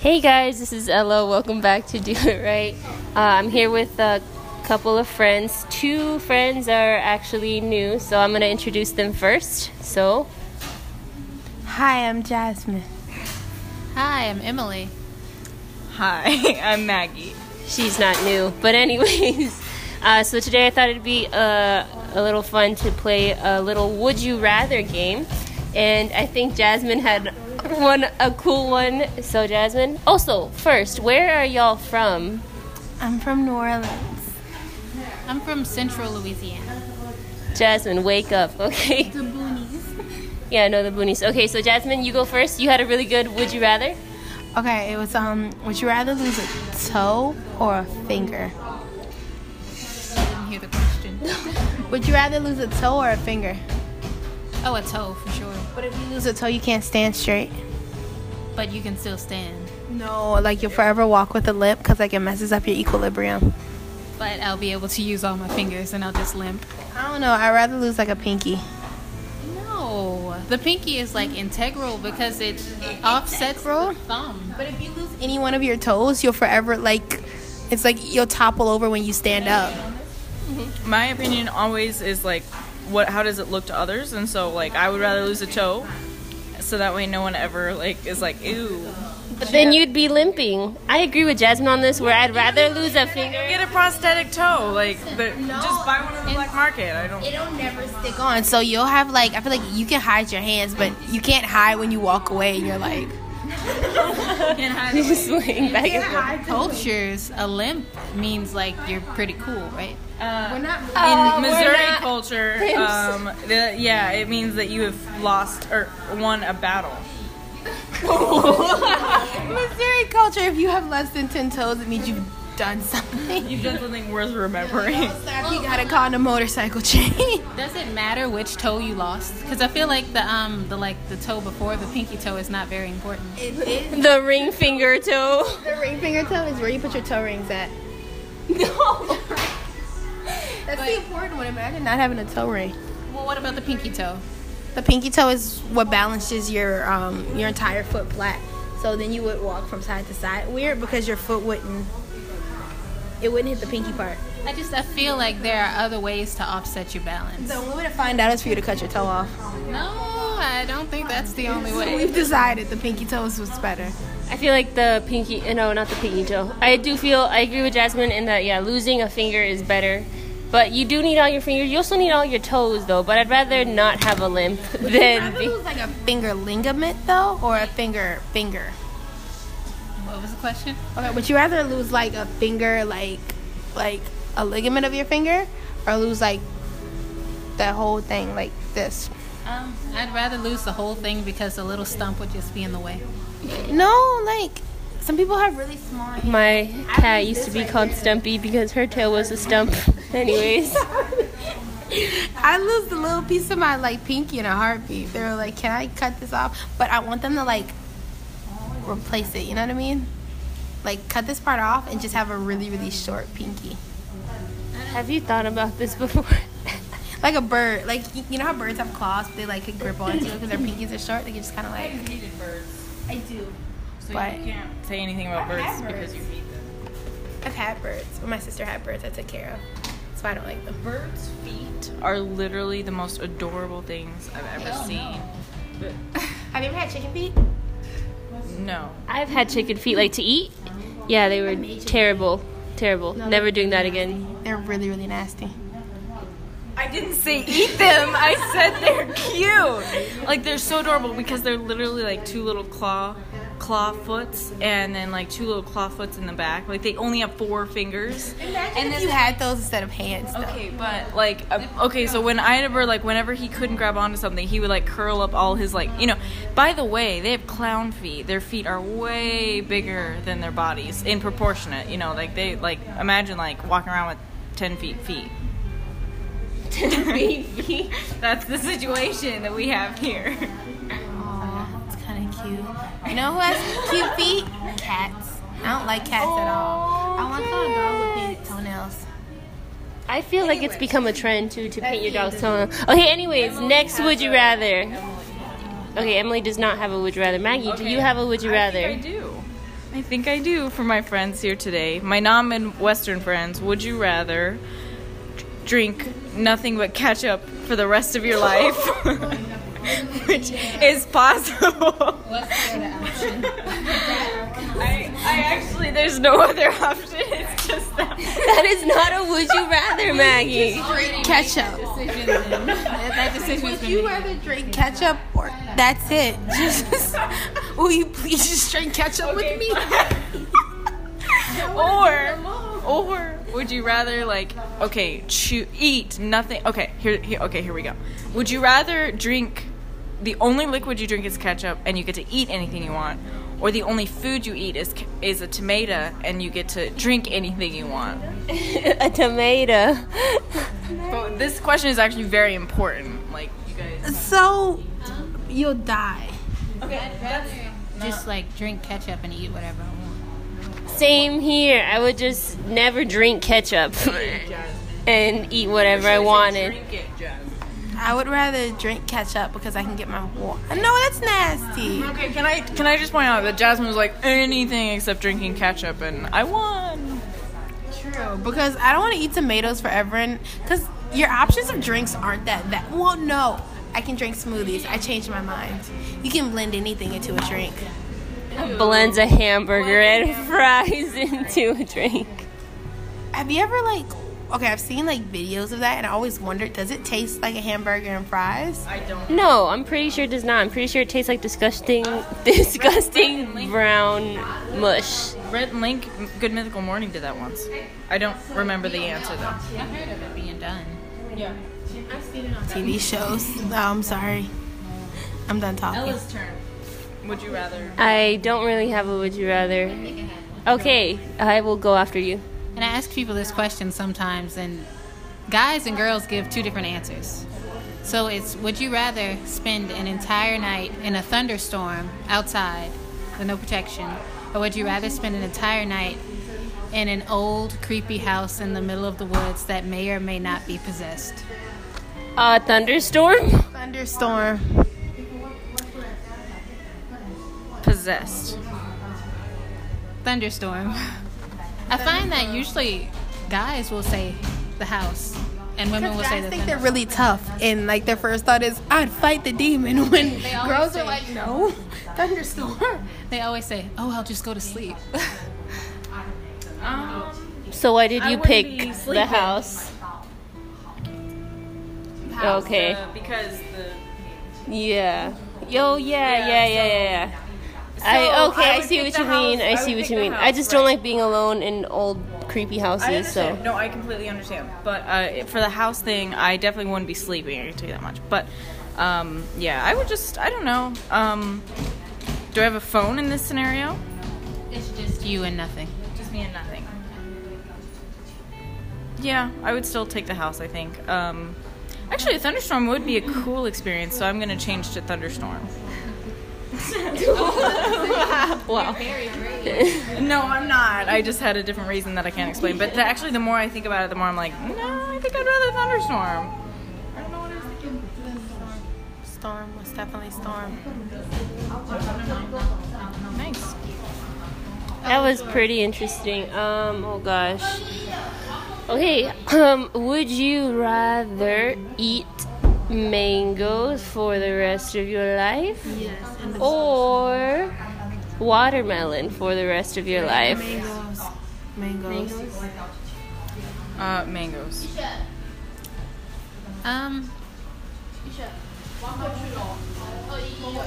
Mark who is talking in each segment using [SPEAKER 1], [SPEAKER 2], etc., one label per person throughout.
[SPEAKER 1] Hey guys, this is Ella. Welcome back to Do It Right. Uh, I'm here with a couple of friends. Two friends are actually new, so I'm going to introduce them first. So,
[SPEAKER 2] Hi, I'm Jasmine.
[SPEAKER 3] Hi, I'm Emily.
[SPEAKER 2] Hi, I'm Maggie.
[SPEAKER 1] she's not new. But, anyways, uh, so today I thought it'd be uh, a little fun to play a little Would You Rather game. And I think Jasmine had one, a cool one. So, Jasmine, also, first, where are y'all from?
[SPEAKER 2] I'm from New Orleans.
[SPEAKER 3] I'm from Central Louisiana.
[SPEAKER 1] Jasmine, wake up, okay? The boonies. Yeah, no, the boonies. Okay, so Jasmine, you go first. You had a really good would you rather?
[SPEAKER 2] Okay, it was um. Would you rather lose a toe or a finger?
[SPEAKER 3] Didn't hear the question.
[SPEAKER 2] Would you rather lose a toe or a finger?
[SPEAKER 3] Oh, a toe for sure,
[SPEAKER 2] But if you lose a toe, you can't stand straight.
[SPEAKER 3] but you can still stand.
[SPEAKER 2] No, like you'll forever walk with a limp because like it messes up your equilibrium.
[SPEAKER 3] But I'll be able to use all my fingers and I'll just limp.
[SPEAKER 2] I don't know. I'd rather lose like a pinky.
[SPEAKER 3] No, the pinky is like integral because it offsets the thumb.
[SPEAKER 2] But if you lose any one of your toes, you'll forever like. It's like you'll topple over when you stand up.
[SPEAKER 4] my opinion always is like what how does it look to others and so like i would rather lose a toe so that way no one ever like is like ew
[SPEAKER 1] But then you'd be limping. I agree with Jasmine on this, where I'd rather lose a finger.
[SPEAKER 4] get a prosthetic toe like the, just buy one on the black market i don't
[SPEAKER 2] It'll never stick on. So you'll have like I feel like you can hide your hands, but you can't hide when you walk away and you're like
[SPEAKER 1] Just laying back and forth.
[SPEAKER 3] Cultures, a limp means like you're pretty cool, right?
[SPEAKER 4] in missouri culture um the, yeah it means that you have lost or won a battle
[SPEAKER 2] Missouri culture, if you have less than ten toes, it means you've done something.
[SPEAKER 4] you've done something worth remembering
[SPEAKER 2] you gotta call in a motorcycle chain.
[SPEAKER 3] Does it matter which toe you lost? Because I feel like the um the like the toe before the pinky toe is not very important.
[SPEAKER 1] The ring finger toe.
[SPEAKER 2] the ring finger toe is where you put your toe rings at.
[SPEAKER 1] No.
[SPEAKER 2] That's the important one. Imagine not having a toe ring.
[SPEAKER 3] Well, what about the pinky toe?
[SPEAKER 2] The pinky toe is what balances your um your entire foot flat. So then you would walk from side to side. Weird because your foot wouldn't it wouldn't hit the pinky part.
[SPEAKER 3] I just I feel like there are other ways to offset your balance.
[SPEAKER 2] The only way to find out is for you to cut your toe off.
[SPEAKER 3] No, I don't think that's the only way.
[SPEAKER 2] We've decided the pinky toes was better.
[SPEAKER 1] I feel like the pinky, uh, no, not the pinky toe. I do feel, I agree with Jasmine in that, yeah, losing a finger is better. But you do need all your fingers. You also need all your toes, though. But I'd rather not have a limp than
[SPEAKER 2] Rather
[SPEAKER 1] be.
[SPEAKER 2] lose like a finger ligament though, or a finger finger.
[SPEAKER 3] What was the question?
[SPEAKER 2] Okay, would you rather lose like a finger, like like a ligament of your finger, or lose like the whole thing, like this?
[SPEAKER 3] Um, I'd rather lose the whole thing because a little stump would just be in the way.
[SPEAKER 2] No, like some people have really small. hands.
[SPEAKER 1] My cat used to be called Stumpy because her tail was a stump. Anyways,
[SPEAKER 2] I lose the little piece of my like pinky in a heartbeat. They're like, can I cut this off? But I want them to like replace it. You know what I mean? Like cut this part off and just have a really really short pinky,
[SPEAKER 1] have you thought about this before?
[SPEAKER 2] like a bird. Like y- you know how birds have claws, but they like could grip onto it because their pinkies are short. They can just kind of like.
[SPEAKER 4] hated birds
[SPEAKER 2] I do.
[SPEAKER 4] so
[SPEAKER 2] But-
[SPEAKER 4] you can't say anything about
[SPEAKER 2] I
[SPEAKER 4] birds
[SPEAKER 2] have
[SPEAKER 4] because you hate them
[SPEAKER 2] I've had birds, but my sister had birds I took care of. That's why I don't like them.
[SPEAKER 4] birds feet are literally the most adorable things i've ever seen
[SPEAKER 2] Have you ever had chicken feet?
[SPEAKER 4] no
[SPEAKER 1] I've had chicken feet like to eat. Yeah, they were terrible. Terrible. Never doing that again.
[SPEAKER 2] They're really, really nasty.
[SPEAKER 4] I didn't say eat them. I said they're cute. Like they're so adorable because they're literally like two little claw claw foots and then like two little claw foots in the back. Like they only have four fingers.
[SPEAKER 2] and if you had those instead of hands, though.
[SPEAKER 4] Okay, but like uh, okay, so when I had a bird, like whenever he couldn't grab onto something, he would like curl up all his like you know. By the way, they have clown feet. Their feet are way bigger than their bodies in proportionate. You know, like they like imagine like walking around with ten feet feet.
[SPEAKER 1] Baby.
[SPEAKER 4] That's the situation that we have here.
[SPEAKER 2] It's kind of cute. You know who has cute feet? Cats. I don't like cats at all. I want to a dog with pink toenails.
[SPEAKER 1] I feel like it's become a trend too to paint your dog's toe. Okay, anyways, next would you rather? Okay, Emily does not have a would you rather. Maggie, do you have a would you rather?
[SPEAKER 4] do. I think I do for my friends here today. My non and Western friends, would you rather d- drink nothing but ketchup for the rest of your life? Which is possible.
[SPEAKER 3] What's the other option?
[SPEAKER 4] I, I actually, there's no other option. It's just that.
[SPEAKER 1] That is not a would you rather, Maggie.
[SPEAKER 2] Drink ketchup.
[SPEAKER 3] Decision then. that decision
[SPEAKER 2] Would
[SPEAKER 3] has been
[SPEAKER 2] you
[SPEAKER 3] made.
[SPEAKER 2] rather drink ketchup or that's it? Just will you please just drink ketchup with me?
[SPEAKER 4] or or would you rather like okay chew, eat nothing okay here, here okay here we go would you rather drink the only liquid you drink is ketchup and you get to eat anything you want or the only food you eat is ca- is a tomato and you get to drink anything you want
[SPEAKER 1] a tomato.
[SPEAKER 4] but this question is actually very important like you guys
[SPEAKER 2] So you'll die.
[SPEAKER 3] I'd rather just like drink ketchup and eat whatever I want.
[SPEAKER 1] Same here. I would just never drink ketchup and eat whatever I wanted.
[SPEAKER 4] drink it Jess.
[SPEAKER 2] I would rather drink ketchup because I can get my water. No, that's nasty.
[SPEAKER 4] okay can i can i just point out that jasmine was like anything except drinking ketchup and i won
[SPEAKER 2] True, because I don't want to eat tomatoes forever, and because your options of drinks aren't that that. Well, no, I can drink smoothies. I changed my mind. You can blend anything into a drink.
[SPEAKER 1] Blends a hamburger and fries into a drink.
[SPEAKER 2] Have you ever like? Okay, I've seen like videos of that, and I always wondered, does it taste like a hamburger and fries?
[SPEAKER 4] i don't
[SPEAKER 1] No, I'm pretty sure it does not. I'm pretty sure it tastes like disgusting, disgusting brown mush.
[SPEAKER 4] Red Link, Good Mythical Morning did that once. I don't remember the answer though.
[SPEAKER 3] I heard of it being done.
[SPEAKER 2] TV shows. Oh, I'm sorry. I'm done talking.
[SPEAKER 4] turn. Would you rather?
[SPEAKER 1] I don't really have a would you rather. Okay, I will go after you.
[SPEAKER 3] And I ask people this question sometimes, and guys and girls give two different answers. So it's would you rather spend an entire night in a thunderstorm outside with no protection, or would you rather spend an entire night in an old, creepy house in the middle of the woods that may or may not be possessed?
[SPEAKER 1] Uh, thunderstorm?
[SPEAKER 2] Thunderstorm.
[SPEAKER 4] Possessed.
[SPEAKER 3] Thunderstorm. I find that usually guys will say the house, and women will say
[SPEAKER 2] Guys
[SPEAKER 3] the
[SPEAKER 2] think they're
[SPEAKER 3] thunderstorm.
[SPEAKER 2] really tough, and like their first thought is, I'd fight the demon. When girls are like, no, thunderstorm.
[SPEAKER 3] They always say, "Oh, I'll just go to sleep."
[SPEAKER 4] Um,
[SPEAKER 1] So why did
[SPEAKER 4] I
[SPEAKER 1] you
[SPEAKER 4] wouldn't be
[SPEAKER 1] pick the
[SPEAKER 4] sleeping.
[SPEAKER 1] house? Okay.
[SPEAKER 4] because the.
[SPEAKER 1] Yeah.
[SPEAKER 4] Oh,
[SPEAKER 1] Yo, yeah, yeah, yeah, yeah, yeah. I
[SPEAKER 4] So,
[SPEAKER 1] okay,
[SPEAKER 4] I
[SPEAKER 1] I,
[SPEAKER 4] would
[SPEAKER 1] see
[SPEAKER 4] pick
[SPEAKER 1] what
[SPEAKER 4] the
[SPEAKER 1] you mean. I
[SPEAKER 4] house- I
[SPEAKER 1] see
[SPEAKER 4] would
[SPEAKER 1] what
[SPEAKER 4] pick
[SPEAKER 1] you
[SPEAKER 4] the
[SPEAKER 1] mean. I
[SPEAKER 4] house,
[SPEAKER 1] just don't
[SPEAKER 4] right.
[SPEAKER 1] like being alone in old creepy
[SPEAKER 4] I
[SPEAKER 1] houses.
[SPEAKER 4] understand.
[SPEAKER 1] So
[SPEAKER 4] No, I completely understand. But uh, for the house thing, I definitely wouldn't be sleeping. I can tell you that much. But um, yeah, I would just. I don't know. Um, do I have a phone in this scenario?
[SPEAKER 3] it's just you and nothing.
[SPEAKER 4] Just me and nothing. Yeah, I would still take the house, I think. Um, actually, a thunderstorm would be a cool experience, so I'm going to change to thunderstorm. wow.
[SPEAKER 3] Very great.
[SPEAKER 4] No, I'm not. I just had a different reason that I can't explain. But the, actually, the more I think about it, the more I'm like, no, I think I'd rather thunderstorm.
[SPEAKER 2] Storm was definitely storm.
[SPEAKER 4] Nice.
[SPEAKER 1] that was pretty interesting. Um, oh gosh. Okay. Um, would you rather eat mangoes for the rest of your life? Or watermelon for the rest of your life?
[SPEAKER 2] Mangoes. Mangoes.
[SPEAKER 4] Uh, mangoes.
[SPEAKER 3] Um,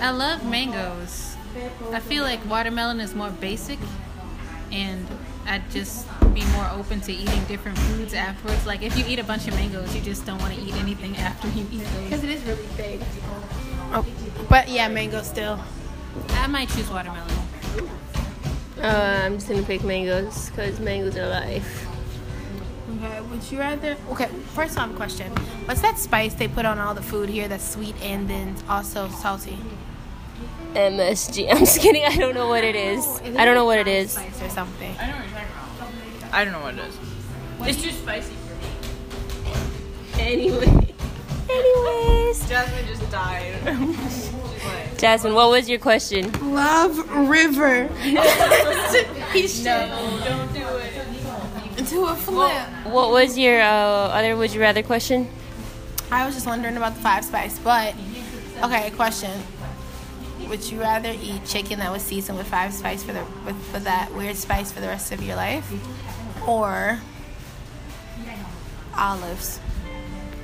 [SPEAKER 3] I love mangoes. I feel like watermelon is more basic, and I'd just be more open to eating different foods afterwards. Like if you eat a bunch of mangoes, you just don't want to eat anything after you eat those.
[SPEAKER 2] Because it is really big. Oh, but yeah, mango still.
[SPEAKER 3] I might choose watermelon.
[SPEAKER 1] Uh, I'm just gonna pick mangoes because mangoes are life.
[SPEAKER 2] Okay, would you rather? Okay, first off, question. What's that spice they put on all the food here that's sweet and then also salty?
[SPEAKER 1] MSG. I'm just kidding. I don't know what it is. I don't know what it is.
[SPEAKER 2] Spice or something.
[SPEAKER 4] I know what you're talking about. I don't know what it is. it's too spicy for me.
[SPEAKER 1] Anyway. Anyways.
[SPEAKER 4] Jasmine just died.
[SPEAKER 1] Jasmine, what was your question?
[SPEAKER 2] Love River.
[SPEAKER 4] Don't do it.
[SPEAKER 2] to a flip.
[SPEAKER 1] What was your uh, other would you rather question?
[SPEAKER 2] I was just wondering about the five spice, but okay, question. Would you rather eat chicken that was seasoned with five spice for the with for that weird spice for the rest of your life? Or olives.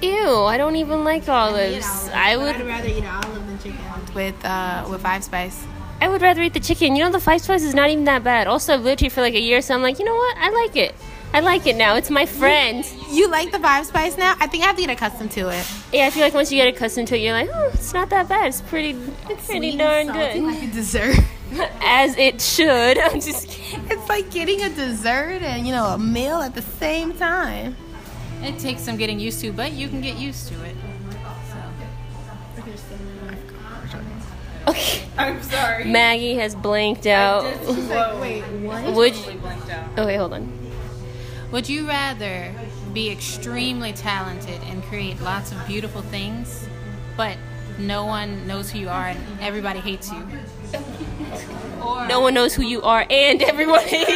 [SPEAKER 1] Ew, I don't even like olives. I would
[SPEAKER 2] rather eat olive than chicken. With uh with five spice.
[SPEAKER 1] I would rather eat the chicken. You know the five spice is not even that bad. Also I've lived here for like a year, so I'm like, you know what? I like it. I like it now. It's my friend.
[SPEAKER 2] You like the five spice now? I think I have to get accustomed to it.
[SPEAKER 1] Yeah, I feel like once you get accustomed to it, you're like, oh, it's not that bad. It's pretty, it's pretty darn good,
[SPEAKER 2] Like a dessert.
[SPEAKER 1] as it should. I'm just kidding.
[SPEAKER 2] it's like getting a dessert and you know a meal at the same time.
[SPEAKER 3] It takes some getting used to, but you can get used to it.
[SPEAKER 1] Okay.
[SPEAKER 4] I'm sorry.
[SPEAKER 1] Maggie has blanked out.
[SPEAKER 2] Wait, what?
[SPEAKER 1] Would you?
[SPEAKER 4] blanked out.
[SPEAKER 1] Oh wait, hold on.
[SPEAKER 3] Would you rather be extremely talented and create lots of beautiful things, but no one knows who you are and everybody hates you?
[SPEAKER 1] No one knows who you are, and everyone hates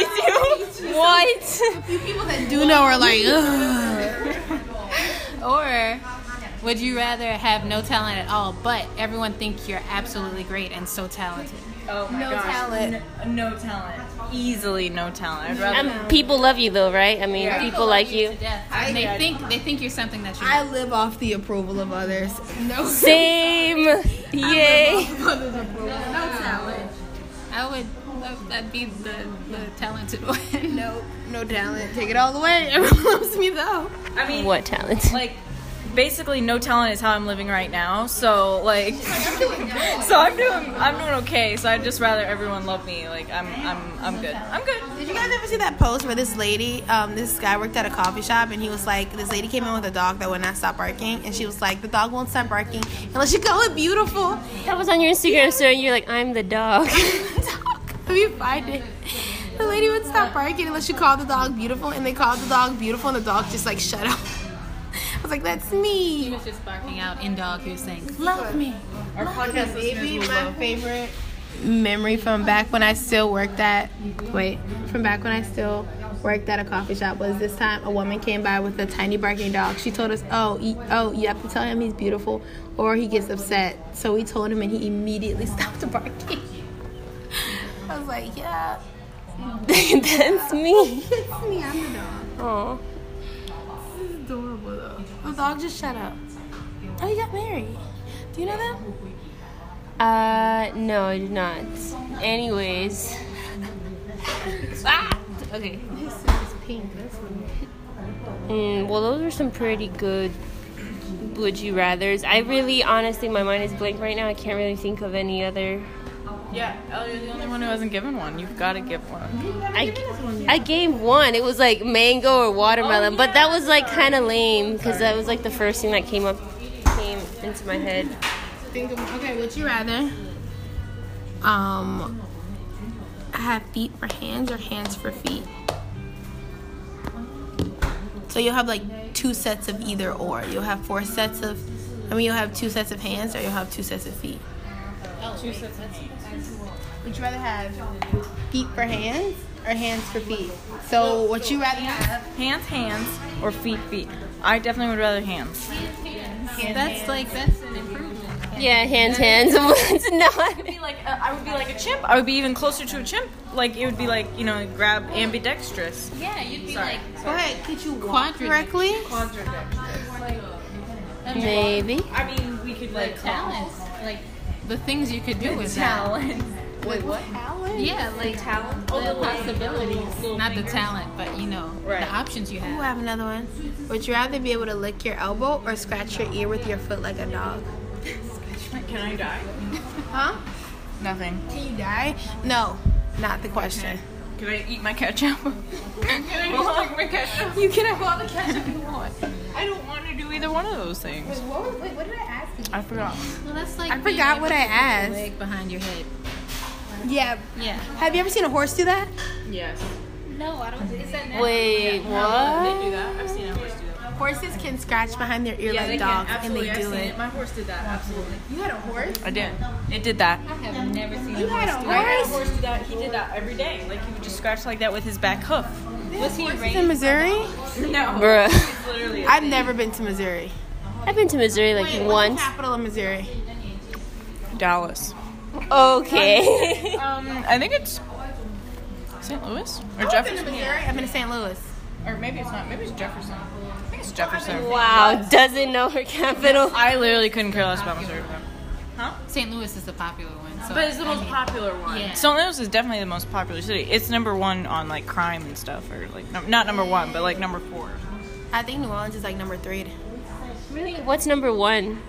[SPEAKER 1] you. what?
[SPEAKER 2] You know we're like, ugh.
[SPEAKER 3] Or would you rather have no talent at all, but everyone think you're absolutely great and so talented?
[SPEAKER 4] Oh my
[SPEAKER 2] No
[SPEAKER 4] gosh.
[SPEAKER 2] talent.
[SPEAKER 4] N- No, talent. Easily no talent. I'd rather.
[SPEAKER 1] Um, people love you though, right? I mean, people like you.
[SPEAKER 3] To death. And they think they think you're something that you're
[SPEAKER 2] I
[SPEAKER 3] not.
[SPEAKER 2] live off the approval of others. No,
[SPEAKER 1] Same. Yay.
[SPEAKER 3] I would. That'd be the, the talented one.
[SPEAKER 2] no, no talent. Take it all the way. Everyone loves me though.
[SPEAKER 4] I mean,
[SPEAKER 1] What talent?
[SPEAKER 4] like basically no talent is how I'm living right now. So like so I'm doing I'm doing okay. So I'd just rather everyone love me. Like I'm I'm I'm good. I'm good.
[SPEAKER 2] Did you guys ever see that post where this lady, um, this guy worked at a coffee shop and he was like, this lady came in with a dog that would not stop barking, and she was like, the dog won't stop barking unless you call it beautiful.
[SPEAKER 1] That was on your Instagram story. and You're like, I'm the dog.
[SPEAKER 2] Let me find it. The lady would stop barking unless you called the dog beautiful, and they called the dog beautiful, and the dog just like shut up. I was like, that's
[SPEAKER 3] He
[SPEAKER 2] me.
[SPEAKER 3] was just barking out in dog. He was saying,
[SPEAKER 2] Love me. Our podcast Maybe my favorite memory from back when I still worked at wait from back when I still worked at a coffee shop was this time a woman came by with a tiny barking dog. She told us, "Oh, he, oh, you have to tell him he's beautiful, or he gets upset." So we told him, and he immediately stopped barking. I was like, "Yeah,
[SPEAKER 1] That's me.
[SPEAKER 2] it's me. I'm the dog."
[SPEAKER 1] Aw.
[SPEAKER 2] This is adorable though. The dog just shut up. Oh, he got married. Do you know them?
[SPEAKER 1] Uh, no, I did not. Anyways. ah! Okay.
[SPEAKER 2] His is pink. That's
[SPEAKER 1] Mm, well, those are some pretty good would you rathers. I really, honestly, my mind is blank right now. I can't really think of any other.
[SPEAKER 4] Yeah, Elliot's the only one who hasn't given one. You've got to give one.
[SPEAKER 1] I, I gave one. It was like mango or watermelon, but that was like kind of lame because that was like the first thing that came up came into my head.
[SPEAKER 2] Think of, okay, would you rather? Um, have feet for hands or hands for feet? So you'll have like two sets of either or. You'll have four sets of. I mean, you'll have two sets of hands or you'll have two sets of feet. Would you rather have feet for hands or hands for feet? So would you rather have?
[SPEAKER 4] Hands, hands, or feet, feet. I definitely would rather hands.
[SPEAKER 3] "That's like that's an improvement."
[SPEAKER 1] Yeah, hands, hands. it's not.
[SPEAKER 4] Be like uh, I would be like a chimp. I would be even closer to a chimp. Like it would be like you know grab ambidextrous.
[SPEAKER 3] Yeah, you'd be like
[SPEAKER 2] Go ahead. Could you walk
[SPEAKER 3] Quadruped.
[SPEAKER 2] correctly?
[SPEAKER 1] Maybe.
[SPEAKER 4] I mean we could like
[SPEAKER 3] talents, like the things you could do with talent. Yeah, like talent, the possibilities, not the talent, but you know
[SPEAKER 4] Right.
[SPEAKER 3] the options you
[SPEAKER 2] Ooh, I
[SPEAKER 3] have.
[SPEAKER 2] have another one. Would you rather be able to lick your elbow or scratch your ear with your foot like a dog?
[SPEAKER 4] Can I die?
[SPEAKER 2] Huh?
[SPEAKER 4] Nothing.
[SPEAKER 2] Can you die? No, not the question.
[SPEAKER 4] Can I eat my ketchup? Can I just drink my ketchup?
[SPEAKER 2] You can have all the ketchup you want.
[SPEAKER 4] I don't want to do either one of those things.
[SPEAKER 2] What, was, wait, what did I ask you?
[SPEAKER 4] I forgot.
[SPEAKER 3] Well, that's like
[SPEAKER 2] I
[SPEAKER 3] being
[SPEAKER 2] forgot
[SPEAKER 3] able
[SPEAKER 2] what
[SPEAKER 3] to
[SPEAKER 2] I
[SPEAKER 3] put your
[SPEAKER 2] asked.
[SPEAKER 3] Leg behind your head.
[SPEAKER 2] Yeah.
[SPEAKER 3] Yeah.
[SPEAKER 2] Have you ever seen a horse do that?
[SPEAKER 4] Yes.
[SPEAKER 3] No, I don't. Is that
[SPEAKER 1] Wait, what?
[SPEAKER 4] They do that. I've seen hours do that.
[SPEAKER 2] Horses can scratch behind their ear
[SPEAKER 4] Yeah,
[SPEAKER 2] like
[SPEAKER 4] they
[SPEAKER 2] dogs,
[SPEAKER 4] can.
[SPEAKER 2] and they
[SPEAKER 4] Absolutely. I've
[SPEAKER 2] do
[SPEAKER 4] seen
[SPEAKER 2] it.
[SPEAKER 4] it. My horse did that. Absolutely.
[SPEAKER 2] You had a horse?
[SPEAKER 4] I did. It did that.
[SPEAKER 3] I have never seen
[SPEAKER 2] You
[SPEAKER 3] a
[SPEAKER 2] had a
[SPEAKER 3] horse.
[SPEAKER 4] I had a
[SPEAKER 2] horse?
[SPEAKER 4] horse do that. He did that every day. Like he would just scratch like that with his back hoof.
[SPEAKER 3] Was he
[SPEAKER 2] Horses in
[SPEAKER 3] raised?
[SPEAKER 2] Missouri?
[SPEAKER 4] No.
[SPEAKER 1] Bruh.
[SPEAKER 4] It's Literally.
[SPEAKER 2] I've never been to Missouri.
[SPEAKER 1] I've been to Missouri like
[SPEAKER 2] Wait, what's the
[SPEAKER 1] once.
[SPEAKER 2] capital of Missouri.
[SPEAKER 4] Dallas.
[SPEAKER 1] Okay.
[SPEAKER 4] Um, I think it's St. Louis or
[SPEAKER 2] I've been to
[SPEAKER 4] Jefferson,
[SPEAKER 2] Missouri. I've been to St. Louis.
[SPEAKER 4] or maybe it's not. Maybe it's Jefferson. I think it's Jefferson.
[SPEAKER 1] wow, doesn't know her capital.
[SPEAKER 4] I literally couldn't care less about Missouri.
[SPEAKER 3] St. Louis is the popular one. So
[SPEAKER 4] But it's the
[SPEAKER 3] I
[SPEAKER 4] most
[SPEAKER 3] mean,
[SPEAKER 4] popular one.
[SPEAKER 3] Yeah.
[SPEAKER 4] St. Louis is definitely the most popular city. It's number one on like crime and stuff, or like num- not number one, but like number four.
[SPEAKER 2] I think New Orleans is like number three.
[SPEAKER 1] Really? What's number one?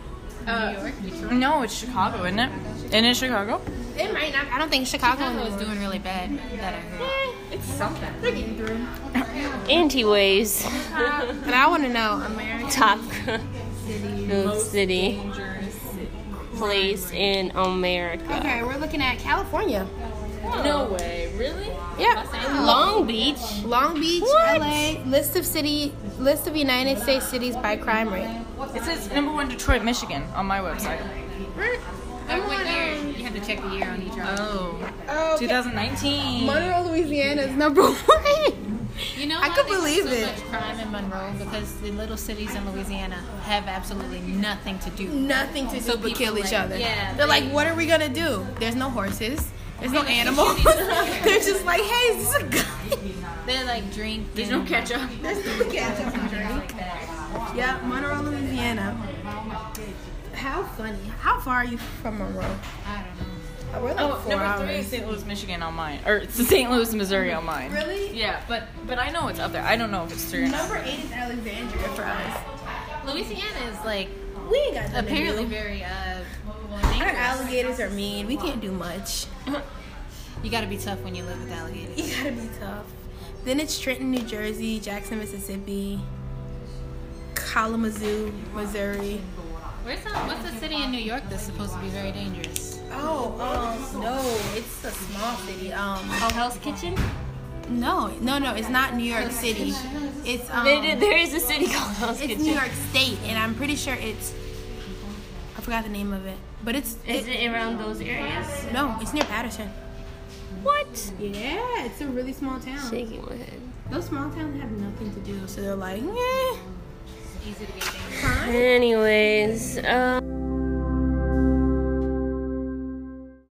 [SPEAKER 4] No, it's Chicago, isn't it? Isn't it Chicago?
[SPEAKER 2] It might not. I don't think Chicago.
[SPEAKER 3] Chicago is doing really bad. That I heard.
[SPEAKER 4] It's something.
[SPEAKER 1] Anyways,
[SPEAKER 2] And I want to know America.
[SPEAKER 1] top no city place in America.
[SPEAKER 2] Okay, we're looking at California.
[SPEAKER 4] No way, really?
[SPEAKER 2] Yeah.
[SPEAKER 1] Long Beach.
[SPEAKER 2] Long Beach,
[SPEAKER 1] What?
[SPEAKER 2] LA. List of city, list of United States cities by crime rate.
[SPEAKER 4] It says number one Detroit, Michigan, on my website.
[SPEAKER 3] Like what year? You have to check the year on each one.
[SPEAKER 4] Oh,
[SPEAKER 2] Oh,
[SPEAKER 4] 2019.
[SPEAKER 2] Monroe, Louisiana is number one.
[SPEAKER 3] You know,
[SPEAKER 2] I
[SPEAKER 3] how
[SPEAKER 2] could
[SPEAKER 3] there's
[SPEAKER 2] believe
[SPEAKER 3] so
[SPEAKER 2] it.
[SPEAKER 3] Much crime in Monroe because the little cities in Louisiana have absolutely nothing to do.
[SPEAKER 2] Nothing to do
[SPEAKER 3] So
[SPEAKER 2] but
[SPEAKER 3] people
[SPEAKER 2] kill each
[SPEAKER 3] like-
[SPEAKER 2] other.
[SPEAKER 3] yeah,
[SPEAKER 2] They're like, what are we gonna do? There's no horses. There's no animals. They're just like, hey, is this a guy?
[SPEAKER 3] They like drink. There's
[SPEAKER 4] ketchup.
[SPEAKER 2] There's no gas on the drink. Yeah, Monroe, Louisiana. How funny. How far are you from Monroe?
[SPEAKER 3] I don't know.
[SPEAKER 2] Oh, We're like
[SPEAKER 4] Oh,
[SPEAKER 2] four
[SPEAKER 4] number three is
[SPEAKER 2] hours.
[SPEAKER 4] St. Louis, Michigan on mine, or it's St. Louis, Missouri on mine.
[SPEAKER 2] Really?
[SPEAKER 4] Yeah, but but I know it's up there. I don't know if it's three or not.
[SPEAKER 2] Number eight is Alexandria for us.
[SPEAKER 3] Louisiana is like
[SPEAKER 2] We ain't got nothing
[SPEAKER 3] apparently
[SPEAKER 2] to do.
[SPEAKER 3] very uh.
[SPEAKER 2] Our
[SPEAKER 3] dangerous.
[SPEAKER 2] alligators are mean. We can't do much.
[SPEAKER 3] You got to be tough when you live with alligators.
[SPEAKER 2] You gotta be tough. Then it's Trenton, New Jersey, Jackson, Mississippi, Kalamazoo, Missouri.
[SPEAKER 3] Where's the, what's the city in New York that's supposed to be very dangerous?
[SPEAKER 2] Oh, um, no, it's a small city. Um,
[SPEAKER 1] Oh, Hell's Kitchen.
[SPEAKER 2] no, no, no, it's not New York City. It's um,
[SPEAKER 1] There- there is a city called Hell's
[SPEAKER 2] it's
[SPEAKER 1] Kitchen.
[SPEAKER 2] New York State, and I'm pretty sure it's. I forgot the name of it, but it's
[SPEAKER 1] Is it around those areas?
[SPEAKER 2] no, it's near Patterson.
[SPEAKER 1] What?
[SPEAKER 2] Yeah, it's a really small town.
[SPEAKER 1] Shaking my head.
[SPEAKER 2] Those small towns have nothing to do, so they're like, yeah.
[SPEAKER 3] It's easy to get dangerous.
[SPEAKER 1] Anyways, um.